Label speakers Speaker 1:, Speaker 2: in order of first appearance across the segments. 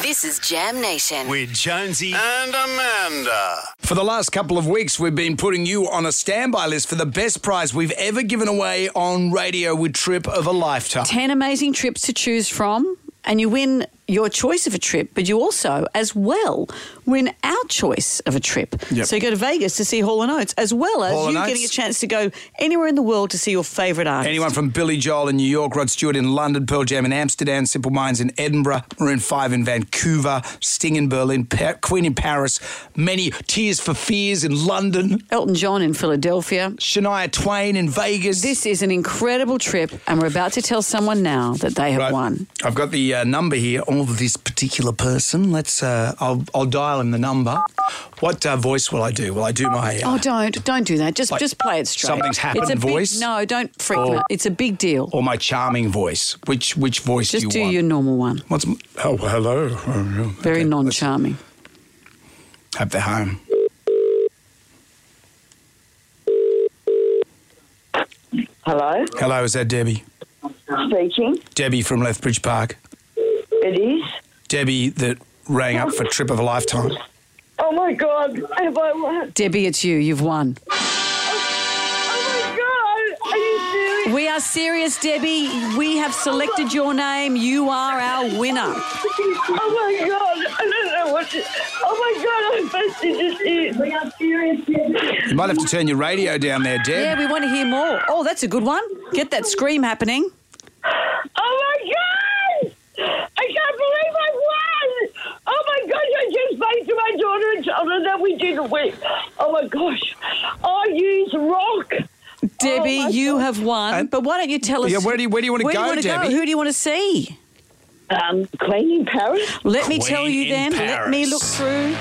Speaker 1: This is Jam Nation.
Speaker 2: with Jonesy.
Speaker 3: and Amanda.
Speaker 4: For the last couple of weeks, we've been putting you on a standby list for the best prize we've ever given away on radio with Trip of a Lifetime.
Speaker 5: 10 amazing trips to choose from, and you win your choice of a trip, but you also, as well, win our choice of a trip.
Speaker 4: Yep.
Speaker 5: So you go to Vegas to see Hall & Oates, as well as
Speaker 4: Hall and
Speaker 5: you
Speaker 4: Oates.
Speaker 5: getting a chance to go anywhere in the world to see your favourite artist.
Speaker 4: Anyone from Billy Joel in New York, Rod Stewart in London, Pearl Jam in Amsterdam, Simple Minds in Edinburgh, Maroon 5 in Vancouver, Sting in Berlin, pa- Queen in Paris, many Tears for Fears in London,
Speaker 5: Elton John in Philadelphia.
Speaker 4: Shania Twain in Vegas.
Speaker 5: This is an incredible trip, and we're about to tell someone now that they have
Speaker 4: Right.
Speaker 5: won.
Speaker 4: I've got the uh, number here of this particular person. Let's. Uh, I'll, I'll dial him the number. What uh, voice will I do? Will I do my? Uh,
Speaker 5: Oh, don't don't do that. Just
Speaker 4: Like,
Speaker 5: just play it straight.
Speaker 4: something's happened
Speaker 5: It's a big-
Speaker 4: voice?
Speaker 5: no, don't freak
Speaker 4: Or-
Speaker 5: me out. It's a big deal.
Speaker 4: or my charming voice? Which which voice
Speaker 5: just
Speaker 4: do
Speaker 5: do
Speaker 4: you want?
Speaker 5: your normal one.
Speaker 4: What's m- oh hello?
Speaker 5: Very
Speaker 4: Okay, let's
Speaker 5: non-charming.
Speaker 4: Hope they're home.
Speaker 6: Hello,
Speaker 4: Hello, is that Debbie?
Speaker 6: speaking.
Speaker 4: Debbie from Lethbridge Park.
Speaker 6: It is.
Speaker 4: Debbie that rang up for trip of a lifetime.
Speaker 6: Oh my God, have I won?
Speaker 5: Debbie, it's you. You've won.
Speaker 6: Oh my God, are you serious?
Speaker 5: We are serious, Debbie. We have selected your name. You are our winner.
Speaker 6: Oh my God, I don't know what to. Oh my God, I'm busted this is. We are serious.
Speaker 4: You might have to turn your radio down there, Deb.
Speaker 5: Yeah, we want to hear more. Oh, that's a good one. Get that scream happening.
Speaker 6: Oh my God, I can't believe I won. Oh my God, I just made to my daughter and told her that we didn't win. Oh my gosh, I use rock.
Speaker 5: Debbie,
Speaker 6: my
Speaker 5: you have won.
Speaker 4: Oh And-
Speaker 5: but why don't you tell us?
Speaker 4: Yeah, where do you- where do you wanna
Speaker 5: where
Speaker 4: go,
Speaker 5: do you wanna
Speaker 4: Debbie?
Speaker 5: Who do you want to see?
Speaker 6: Um, cleaning Paris.
Speaker 5: Let me tell
Speaker 2: Queen
Speaker 5: you
Speaker 2: in
Speaker 5: then. Let me look through.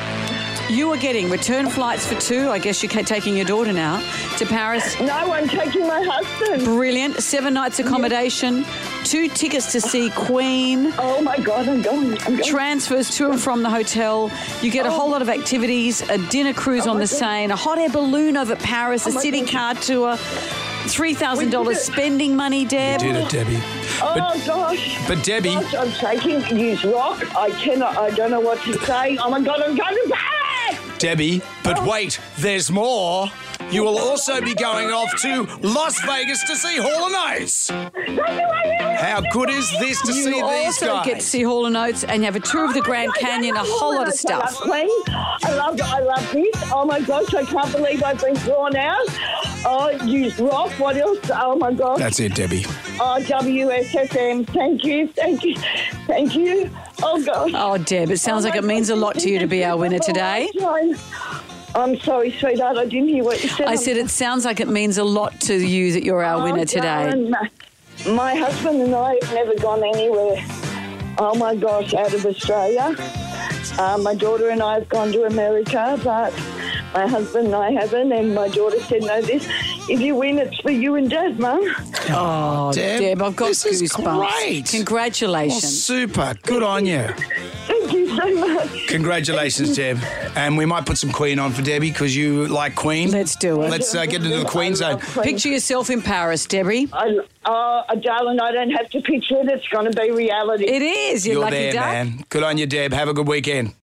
Speaker 5: You are getting return flights for two. I guess you're ca- taking your daughter now to Paris.
Speaker 6: No, I'm taking my husband.
Speaker 5: Brilliant. Seven nights accommodation, two tickets to see Queen.
Speaker 6: Oh my God, I'm going. I'm going.
Speaker 5: transfers to and from the hotel. You get a whole lot of activities, a dinner cruise
Speaker 6: Oh
Speaker 5: on the Seine, a hot air balloon over Paris, a city car tour, $3,000 spending money, Deb.
Speaker 4: Did it, Debbie?
Speaker 6: Oh gosh.
Speaker 4: But Debbie,
Speaker 6: Gosh, I'm shaking. Use rock. I cannot. I don't know what to say. Oh my god, I'm going to panic.
Speaker 4: Debbie, but wait, there's more. You will also be going off to Las Vegas to see Hall and Oates. How good is this to see
Speaker 5: You
Speaker 4: these
Speaker 5: also
Speaker 4: guys?
Speaker 5: get to see Hall & Oates and you have a tour of the Grand
Speaker 6: Oh
Speaker 5: Canyon, a whole lot of stuff.
Speaker 6: Lovely. I love. I love this. Oh my gosh, I can't believe I've been drawn out. Oh, use rock. What else? Oh my gosh.
Speaker 4: That's it, Debbie.
Speaker 6: oh, WSFM. Thank you. Thank you. Thank you. Oh gosh.
Speaker 5: Oh, Deb, it sounds
Speaker 6: Oh
Speaker 5: like
Speaker 6: my
Speaker 5: it means a
Speaker 6: gosh,
Speaker 5: lot to you to be our winner today.
Speaker 6: I'm sorry, sweetheart. I didn't hear what you said.
Speaker 5: I said it sounds like it means a lot to you that you're our
Speaker 6: Oh,
Speaker 5: winner today.
Speaker 6: darling, My, my husband and I have never gone anywhere. Oh my gosh, out of Australia. Uh, my daughter and I have gone to America, but my husband and I haven't. And my daughter said, "No, this. If you win, it's for you and Dad, Mum."
Speaker 5: Oh,
Speaker 4: Deb,
Speaker 5: Deb, I've got
Speaker 4: this is
Speaker 5: goosebumps.
Speaker 4: great. Well,
Speaker 5: Congratulations.
Speaker 4: super. Good on you.
Speaker 6: Thank you so much.
Speaker 4: Congratulations, Deb. And we might put some Queen on for Debbie because you like Queen.
Speaker 5: Let's do it.
Speaker 4: Let's uh, get into the Queen
Speaker 6: I
Speaker 4: zone.
Speaker 6: love Queen.
Speaker 5: Picture yourself in Paris, Debbie.
Speaker 6: I, oh, darling, I don't have to picture it. It's going to be reality.
Speaker 5: It is. You're
Speaker 4: You're
Speaker 5: lucky
Speaker 4: there,
Speaker 5: duck.
Speaker 4: man. Good on you, Deb. Have a good weekend.